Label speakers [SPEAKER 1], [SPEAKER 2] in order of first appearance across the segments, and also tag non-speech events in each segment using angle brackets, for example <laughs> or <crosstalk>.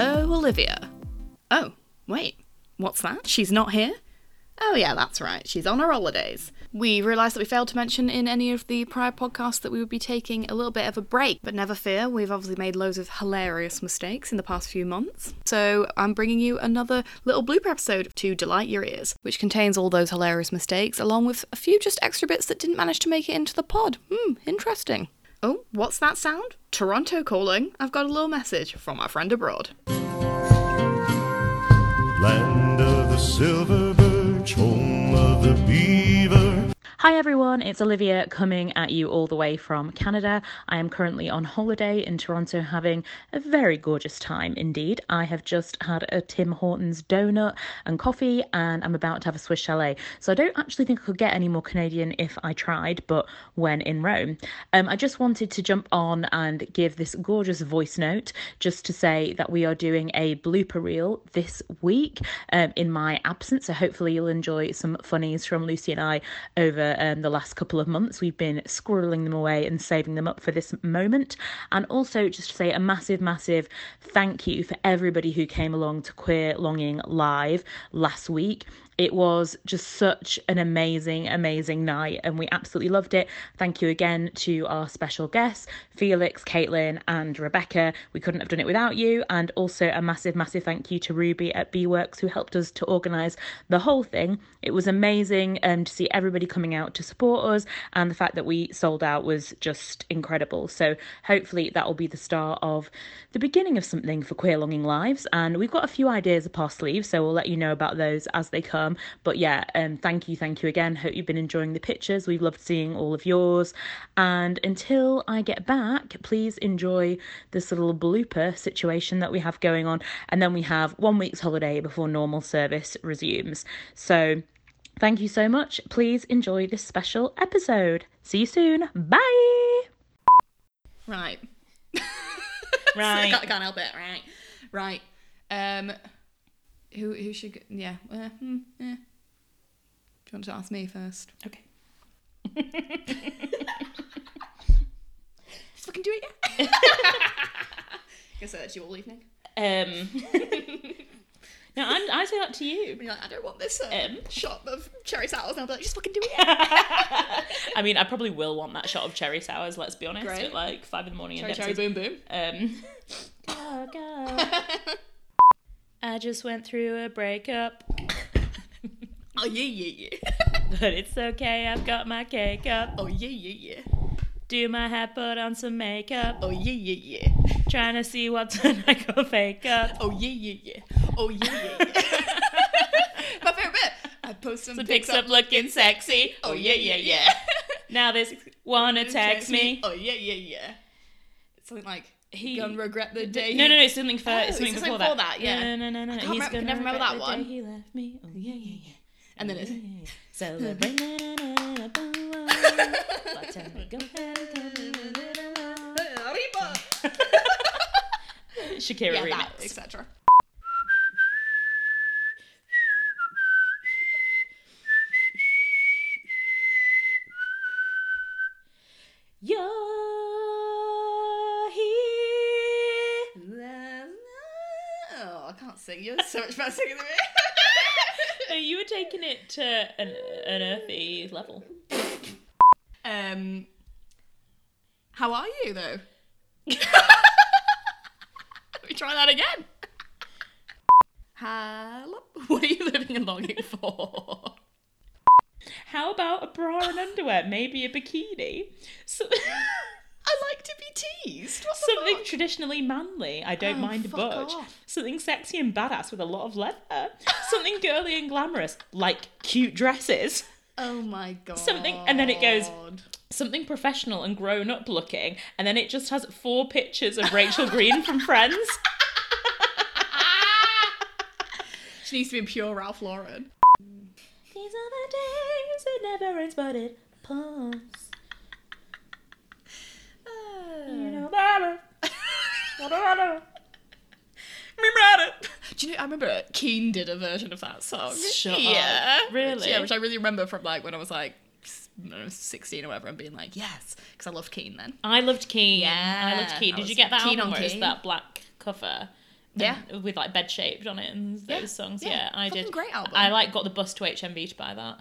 [SPEAKER 1] Olivia. Oh, wait, what's that? She's not here? Oh, yeah, that's right. She's on her holidays. We realised that we failed to mention in any of the prior podcasts that we would be taking a little bit of a break, but never fear, we've obviously made loads of hilarious mistakes in the past few months. So I'm bringing you another little blooper episode to delight your ears, which contains all those hilarious mistakes, along with a few just extra bits that didn't manage to make it into the pod. Hmm, interesting. Oh, what's that sound? Toronto calling. I've got a little message from our friend abroad.
[SPEAKER 2] Land of the silver birch, home of the beaver.
[SPEAKER 3] Hi everyone, it's Olivia coming at you all the way from Canada. I am currently on holiday in Toronto having a very gorgeous time indeed. I have just had a Tim Hortons donut and coffee and I'm about to have a Swiss chalet. So I don't actually think I could get any more Canadian if I tried, but when in Rome. Um, I just wanted to jump on and give this gorgeous voice note just to say that we are doing a blooper reel this week um, in my absence. So hopefully you'll enjoy some funnies from Lucy and I over um, the last couple of months. We've been squirreling them away and saving them up for this moment. And also, just to say a massive, massive thank you for everybody who came along to Queer Longing Live last week. It was just such an amazing, amazing night, and we absolutely loved it. Thank you again to our special guests, Felix, Caitlin, and Rebecca. We couldn't have done it without you. And also a massive, massive thank you to Ruby at B Works who helped us to organise the whole thing. It was amazing um, to see everybody coming out to support us, and the fact that we sold out was just incredible. So hopefully that will be the start of the beginning of something for Queer Longing Lives. And we've got a few ideas up our sleeves, so we'll let you know about those as they come. But yeah, um, thank you, thank you again. Hope you've been enjoying the pictures. We've loved seeing all of yours. And until I get back, please enjoy this little blooper situation that we have going on. And then we have one week's holiday before normal service resumes. So thank you so much. Please enjoy this special episode. See you soon. Bye.
[SPEAKER 1] <laughs> Right.
[SPEAKER 3] Right.
[SPEAKER 1] can't, can't help it. Right. Right. Um, who who should? Go? Yeah. Uh, hmm, yeah. Do you want to ask me first?
[SPEAKER 3] Okay.
[SPEAKER 1] Let's fucking do it. Yeah. <laughs> Guess that's you all evening.
[SPEAKER 3] Um, <laughs> no, I'm, I say that to you.
[SPEAKER 1] And you're like, I don't want this uh,
[SPEAKER 3] Um.
[SPEAKER 1] shot of cherry sours, and I'll be like, just fucking do it. <laughs> Yeah.
[SPEAKER 3] I mean, I probably will want that shot of cherry sours. Let's be honest,
[SPEAKER 1] Great.
[SPEAKER 3] at like five in the morning.
[SPEAKER 1] Cherry,
[SPEAKER 3] and
[SPEAKER 1] cherry, boom, boom.
[SPEAKER 3] Um, <laughs> go, go. I just went through a breakup,
[SPEAKER 1] Oh yeah, yeah, yeah.
[SPEAKER 3] but it's okay. I've got my cake up.
[SPEAKER 1] Oh yeah, yeah, yeah.
[SPEAKER 3] Do my hair, put on some makeup.
[SPEAKER 1] Oh yeah, yeah, yeah.
[SPEAKER 3] Trying to see what <laughs> tonight I go fake up.
[SPEAKER 1] Oh yeah, yeah, yeah. Oh yeah, yeah, yeah. <laughs> My favorite bit. I post some
[SPEAKER 3] Picks up looking sexy.
[SPEAKER 1] Oh yeah, yeah, yeah.
[SPEAKER 3] Now this one attacks me.
[SPEAKER 1] Oh yeah, yeah, yeah. It's something like
[SPEAKER 3] He-
[SPEAKER 1] he gonna regret the day.
[SPEAKER 3] No,
[SPEAKER 1] he-
[SPEAKER 3] no, no, it's something for
[SPEAKER 1] Oh,
[SPEAKER 3] it's something
[SPEAKER 1] it's
[SPEAKER 3] before
[SPEAKER 1] something
[SPEAKER 3] that.
[SPEAKER 1] before that, yeah.
[SPEAKER 3] No, no, no, no. no.
[SPEAKER 1] can't
[SPEAKER 3] He's
[SPEAKER 1] remember-
[SPEAKER 3] gonna
[SPEAKER 1] can never remember that
[SPEAKER 3] regret the
[SPEAKER 1] one.
[SPEAKER 3] day He left me. Oh yeah, yeah,
[SPEAKER 1] <laughs>
[SPEAKER 3] yeah.
[SPEAKER 1] And
[SPEAKER 3] <laughs>
[SPEAKER 1] then it's
[SPEAKER 3] Celebrate. Let's have a go.
[SPEAKER 1] Arriba!
[SPEAKER 3] Shakira
[SPEAKER 1] yeah, that,
[SPEAKER 3] remix.
[SPEAKER 1] etc.
[SPEAKER 3] You're here.
[SPEAKER 1] Oh, I can't sing. You're so much better singing than me. <laughs>
[SPEAKER 3] So you were taking it to an, an earthy level.
[SPEAKER 1] Um, how are you though? <laughs> Let me try that again. Hello. <laughs> What are you living and longing for?
[SPEAKER 3] <laughs> How about a bra and underwear? Maybe a bikini? So, <laughs>
[SPEAKER 1] I like to be teased. What the
[SPEAKER 3] something
[SPEAKER 1] fuck?
[SPEAKER 3] traditionally manly. I don't
[SPEAKER 1] Oh,
[SPEAKER 3] mind a
[SPEAKER 1] fuck
[SPEAKER 3] budge.
[SPEAKER 1] off.
[SPEAKER 3] Something sexy and badass with a lot of <laughs> leather. something girly and glamorous, like cute dresses.
[SPEAKER 1] Oh my god.
[SPEAKER 3] Something- and then it goes- something professional and grown up looking, and then it just has four pictures of Rachel Green <laughs> from Friends.
[SPEAKER 1] She needs to be in pure Ralph Lauren.
[SPEAKER 3] These are the days it never ends, but it pumps. You know, <laughs> that- <laughs>
[SPEAKER 1] Remember it. Do you know? I remember Keen did a version of that song.
[SPEAKER 3] Shut
[SPEAKER 1] yeah,
[SPEAKER 3] up. Really?
[SPEAKER 1] Yeah, which I really remember from like when I was like s- I don't know, sixteen or whatever, and being like, yes, because I loved Keen then.
[SPEAKER 3] I loved Keen. I
[SPEAKER 1] Yeah,
[SPEAKER 3] loved Keen.
[SPEAKER 1] I
[SPEAKER 3] Did you
[SPEAKER 1] was
[SPEAKER 3] get that
[SPEAKER 1] keen
[SPEAKER 3] album
[SPEAKER 1] on
[SPEAKER 3] where it's
[SPEAKER 1] Keen.
[SPEAKER 3] that black cover?
[SPEAKER 1] Yeah.
[SPEAKER 3] with like bed shaped on it and those songs.
[SPEAKER 1] yeah.
[SPEAKER 3] Yeah, I
[SPEAKER 1] Fucking
[SPEAKER 3] did.
[SPEAKER 1] great album.
[SPEAKER 3] I like got the bus to HMV to buy that.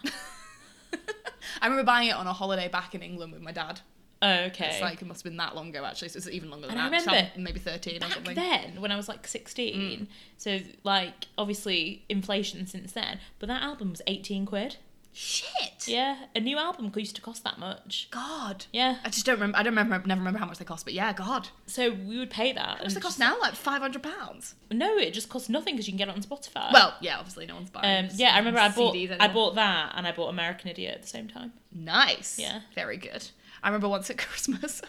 [SPEAKER 1] <laughs> I remember buying it on a holiday back in England with my dad.
[SPEAKER 3] okay.
[SPEAKER 1] It's like it must have been that long ago actually, so it's even longer than
[SPEAKER 3] And I
[SPEAKER 1] that. 'cause
[SPEAKER 3] remember
[SPEAKER 1] I'm maybe thirteen or
[SPEAKER 3] back
[SPEAKER 1] something.
[SPEAKER 3] then when I was like
[SPEAKER 1] Mm.
[SPEAKER 3] 16. So like obviously inflation since then, but that album was 18 quid.
[SPEAKER 1] Shit.
[SPEAKER 3] Yeah, a new album used to cost that much.
[SPEAKER 1] God.
[SPEAKER 3] Yeah.
[SPEAKER 1] I just don't remember. I don't remember. Never remember how much they cost. But yeah, God.
[SPEAKER 3] So we would pay
[SPEAKER 1] What's
[SPEAKER 3] that. and
[SPEAKER 1] the cost
[SPEAKER 3] just-
[SPEAKER 1] now? Like five hundred pounds.
[SPEAKER 3] No, it just costs nothing because you can get it on Spotify.
[SPEAKER 1] Well, yeah, obviously no one's buying.
[SPEAKER 3] Uh, um, yeah, I remember I bought
[SPEAKER 1] CDs anymore.
[SPEAKER 3] I bought that and I bought American Idiot at the same time.
[SPEAKER 1] Nice.
[SPEAKER 3] Yeah.
[SPEAKER 1] Very good. I remember once at <laughs> Christmas.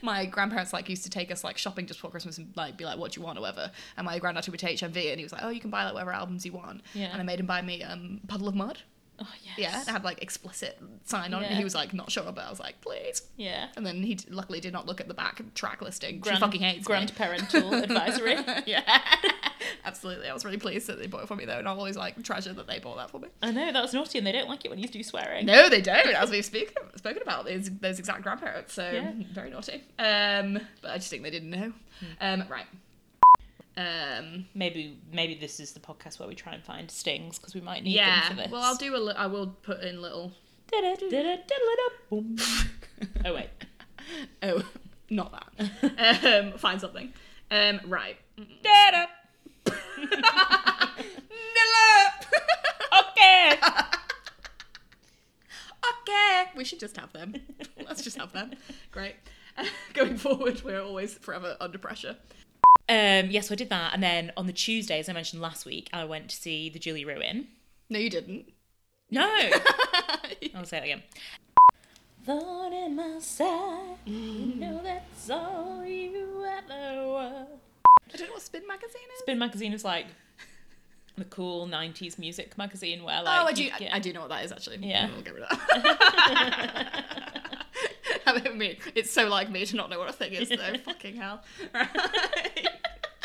[SPEAKER 1] My grandparents like used to take us like shopping just before Christmas and like be like, "What do you want, or whatever." And my granddad took me to HMV and he was like, "Oh, you can buy like whatever albums you want."
[SPEAKER 3] Yeah.
[SPEAKER 1] And I made him buy me um, "Puddle of Mud."
[SPEAKER 3] Oh yes.
[SPEAKER 1] Yeah. And it had like explicit sign on it. And he
[SPEAKER 3] Yeah.
[SPEAKER 1] was like, "Not sure," but I was like, "Please."
[SPEAKER 3] Yeah.
[SPEAKER 1] And then he d- luckily did not look at the back track listing. she fucking hates me. <laughs>
[SPEAKER 3] grandparental advisory.
[SPEAKER 1] yeah. Absolutely. I was really pleased that they bought it for me though, and I'll always like treasure that they bought that for me.
[SPEAKER 3] I know that's naughty, and they don't like it when you do swearing.
[SPEAKER 1] No, they don't, as we've speak, spoken about those, those exact grandparents. So
[SPEAKER 3] Yeah. Hmm.
[SPEAKER 1] very naughty. Um, but I just think they didn't know. Um, right. Um,
[SPEAKER 3] Maybe maybe this is the podcast where we try and find stings because we might need them for
[SPEAKER 1] yeah.
[SPEAKER 3] this.
[SPEAKER 1] Well, I'll do a. Li- I will put in little. <laughs>
[SPEAKER 3] Diddle-diddle-diddle-diddle-boom. oh wait,
[SPEAKER 1] Oh, not
[SPEAKER 3] <laughs>
[SPEAKER 1] that. um, find something. Um, right.
[SPEAKER 3] Diddle. <laughs> okay.
[SPEAKER 1] okay. We should just have them. Let's just have them. Great. <laughs> Going forward, we're always forever under pressure.
[SPEAKER 3] <laughs> Um, yeah, so I did that, and then on the Tuesday, as I mentioned last week, I went to see the Julie Ruin.
[SPEAKER 1] No, you
[SPEAKER 3] <laughs>
[SPEAKER 1] didn't. <laughs>
[SPEAKER 3] No, I'll say that again. Thorn in my side, you know that's all you ever were.
[SPEAKER 1] I don't know what Spin Magazine is.
[SPEAKER 3] Spin magazine is like the cool '90s music magazine where like
[SPEAKER 1] Oh, I do.
[SPEAKER 3] you get-
[SPEAKER 1] I do know what that is actually.
[SPEAKER 3] Yeah.
[SPEAKER 1] we'll
[SPEAKER 3] <laughs>
[SPEAKER 1] get rid of that. <laughs> I mean, it's so like me to not know what a thing is, though. Fucking hell! Right. <laughs>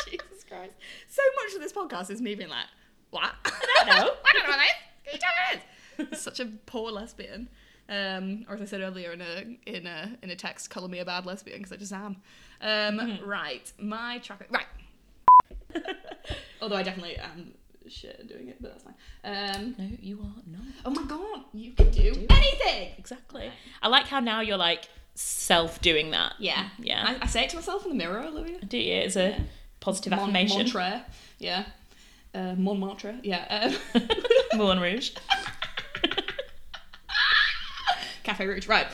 [SPEAKER 1] Jesus Christ! So much of this podcast is me being like, "What? <laughs> I
[SPEAKER 3] don't know.
[SPEAKER 1] I don't know what that is. Can you tell me this?" Such a poor lesbian. Um, or as I said earlier in a in a in a text, call me a bad lesbian because I just am. Um,
[SPEAKER 3] Mm-hmm.
[SPEAKER 1] Right, my track. Right.
[SPEAKER 3] <laughs>
[SPEAKER 1] Although I definitely am shit at doing it, but that's fine. Um,
[SPEAKER 3] No, you are not
[SPEAKER 1] Oh my god, you can do, anything!
[SPEAKER 3] exactly. I like how now you're like self doing that.
[SPEAKER 1] Yeah,
[SPEAKER 3] yeah.
[SPEAKER 1] I, I say it to myself in the mirror, Olivia.
[SPEAKER 3] do you? It's a positive
[SPEAKER 1] Mon-
[SPEAKER 3] affirmation.
[SPEAKER 1] Montre, yeah. Uh, Montmartre, yeah. Um,
[SPEAKER 3] <laughs> <laughs>
[SPEAKER 1] <laughs>
[SPEAKER 3] Moulin Rouge.
[SPEAKER 1] Cafe Rouge,
[SPEAKER 3] <laughs>
[SPEAKER 1] right.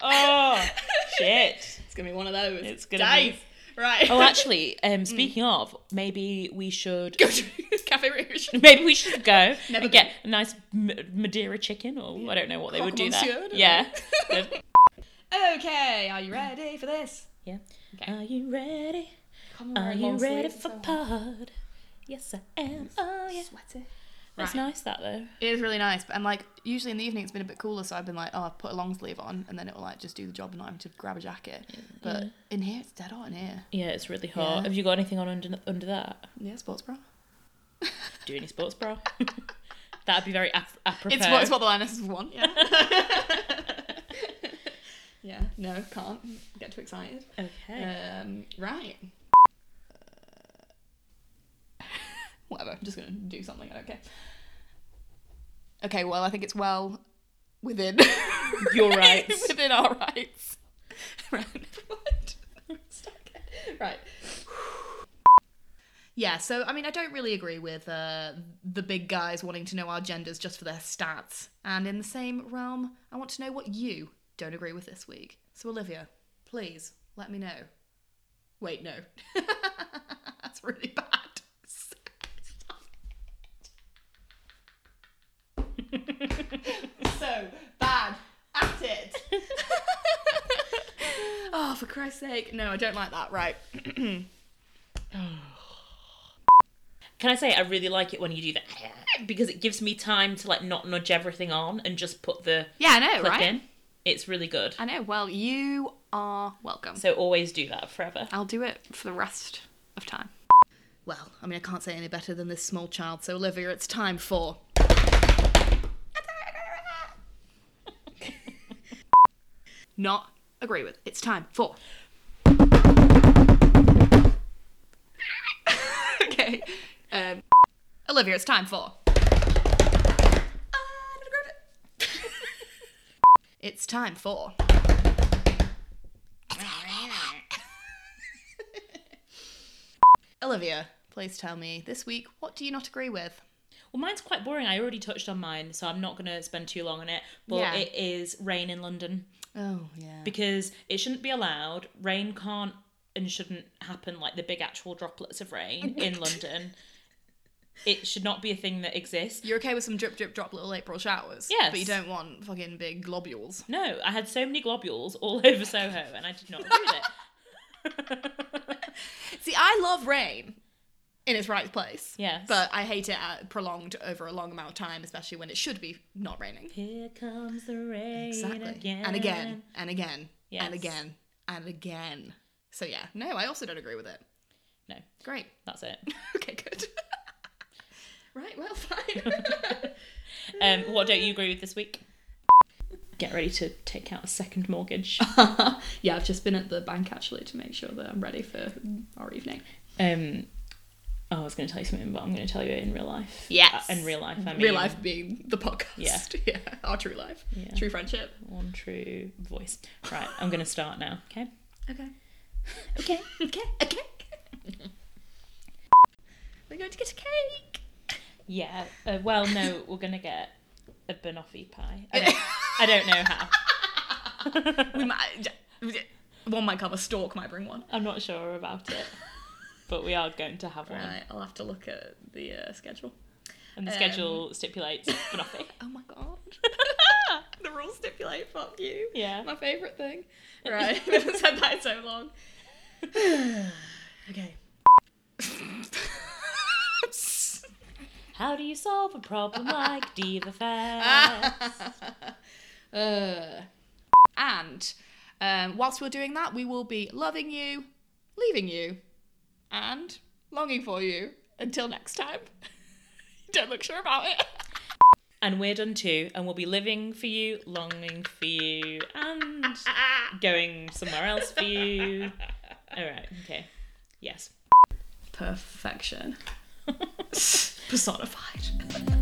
[SPEAKER 3] Oh
[SPEAKER 1] <laughs>
[SPEAKER 3] shit.
[SPEAKER 1] It's gonna be one of those.
[SPEAKER 3] It's gonna
[SPEAKER 1] Days. Right. <laughs>
[SPEAKER 3] Oh, actually,
[SPEAKER 1] Mm.
[SPEAKER 3] um, speaking of, maybe we should
[SPEAKER 1] Cafe Rouge.
[SPEAKER 3] <laughs> maybe we should go
[SPEAKER 1] Never
[SPEAKER 3] and get a nice M- Madeira chicken, or I don't know what <laughs> they would do
[SPEAKER 1] Croque
[SPEAKER 3] there.
[SPEAKER 1] monsieur,
[SPEAKER 3] Yeah,
[SPEAKER 1] <laughs> Okay, are you ready for this?
[SPEAKER 3] yeah. Are you ready?
[SPEAKER 1] Come
[SPEAKER 3] Are you ready for pod? Yes, I am. Oh yeah.
[SPEAKER 1] Sweaty.
[SPEAKER 3] That's
[SPEAKER 1] Right.
[SPEAKER 3] nice, that though.
[SPEAKER 1] It is really nice, but and like usually in the evening it's been a bit cooler, so I've been like, oh, I've put a long sleeve on, and then it will like just do the job, and not having to grab a jacket. But in here, it's dead hot in here.
[SPEAKER 3] Yeah, it's really hot.
[SPEAKER 1] Yeah.
[SPEAKER 3] Have you got anything on under under that?
[SPEAKER 1] Yeah, sports bra.
[SPEAKER 3] Do any sports bra? <laughs> That'd be very ap- apropos.
[SPEAKER 1] It's what, it's what the lionesses want. Yeah. <laughs> yeah. No, can't get too excited.
[SPEAKER 3] Okay.
[SPEAKER 1] Um, right. Uh, <laughs> Whatever. I'm just gonna do something. I don't care. Okay. Well, I think it's well <laughs> within
[SPEAKER 3] Your
[SPEAKER 1] <laughs>
[SPEAKER 3] rights.
[SPEAKER 1] within our rights. <laughs> Right. never mind. Stuck. Right. Yeah, so I mean, I don't really agree with uh, the big guys wanting to know our genders just for their stats. And in the same realm, I want to know what you don't agree with this week. So, Olivia, please let me know. Wait, no. <laughs> That's really bad. <laughs> so bad at it. <laughs> oh, for Christ's sake. No, I don't like that. Right.
[SPEAKER 3] Can I say I really like it when you do that <laughs> because it gives me time to like not nudge everything on and just put the
[SPEAKER 1] Yeah, I know,
[SPEAKER 3] click
[SPEAKER 1] right?
[SPEAKER 3] in. It's really good.
[SPEAKER 1] I know. Well, you are welcome.
[SPEAKER 3] So always do that forever.
[SPEAKER 1] I'll do it for the rest of time. Well, I mean, I can't say any better than this small child. So, Olivia, it's time for. <laughs> Not agree with. It's time for. <laughs> okay. Um, Olivia, it's time for. <laughs> it's time for. Olivia, please tell me this week what do you not agree with?
[SPEAKER 3] Well, mine's quite boring. I already touched on mine, so I'm not going to spend too long on it. But
[SPEAKER 1] Yeah.
[SPEAKER 3] it is rain in London
[SPEAKER 1] Oh yeah.
[SPEAKER 3] because it shouldn't be allowed. Rain can't and shouldn't happen like the big actual droplets of rain
[SPEAKER 1] <laughs>
[SPEAKER 3] in London. It should not be a thing that exists.
[SPEAKER 1] You're okay with some drip drip drop little April showers.
[SPEAKER 3] Yes.
[SPEAKER 1] But you don't want fucking big globules.
[SPEAKER 3] No, I had so many globules all <laughs> over Soho and I did not agree
[SPEAKER 1] <laughs>
[SPEAKER 3] with it.
[SPEAKER 1] See, I love rain in its right place.
[SPEAKER 3] Yes.
[SPEAKER 1] But I hate it uh, prolonged over a long amount of time, especially when it should be not raining.
[SPEAKER 3] Here comes the rain
[SPEAKER 1] Exactly.
[SPEAKER 3] again.
[SPEAKER 1] And again. And again.
[SPEAKER 3] Yes.
[SPEAKER 1] And again. And again. So yeah. No, I also don't agree with it.
[SPEAKER 3] No,
[SPEAKER 1] Great. <laughs>
[SPEAKER 3] that's it.
[SPEAKER 1] Okay, good. <laughs> right, well, fine.
[SPEAKER 3] Um, what don't you agree with this week? Get ready to take out a
[SPEAKER 1] <laughs>
[SPEAKER 3] second mortgage.
[SPEAKER 1] <laughs> yeah, I've just been at the bank actually to make sure that I'm ready for our evening.
[SPEAKER 3] Um, I was going to tell you something, but I'm going to tell you it in real life.
[SPEAKER 1] Yes.
[SPEAKER 3] Uh, in real life, I mean.
[SPEAKER 1] Real life being the podcast.
[SPEAKER 3] Yeah.
[SPEAKER 1] <laughs> Yeah. Our true life.
[SPEAKER 3] Yeah.
[SPEAKER 1] True friendship.
[SPEAKER 3] One true voice. Right, I'm going to start now. Okay.
[SPEAKER 1] Okay. Okay. okay. <laughs> Okay. We're going to get a cake.
[SPEAKER 3] Yeah. Uh, well, no, we're going to get a banoffee pie. I don't, I don't know how.
[SPEAKER 1] We might. One might cover stalk. Might bring one.
[SPEAKER 3] <laughs> I'm not sure about it, but we are going to have one.
[SPEAKER 1] Right. um, I'll have to look at the uh, schedule.
[SPEAKER 3] And the schedule stipulates banoffee.
[SPEAKER 1] Oh my <laughs> god. the rules stipulate. Fuck you.
[SPEAKER 3] Yeah.
[SPEAKER 1] My favorite <laughs> thing. Right. we haven't said that in so long. <sighs> <laughs> okay.
[SPEAKER 3] How do you solve a
[SPEAKER 1] <laughs>
[SPEAKER 3] problem like Diva
[SPEAKER 1] Ah.
[SPEAKER 3] Fest?
[SPEAKER 1] Uh, and um, whilst we're doing that, we will be loving you, leaving you, and longing for you until next time. <laughs> Don't look sure about it.
[SPEAKER 3] And we're done too, and we'll be living for you, longing for you, and going somewhere else for you.
[SPEAKER 1] <laughs>
[SPEAKER 3] All right, okay. Yes.
[SPEAKER 1] Perfection. Personified.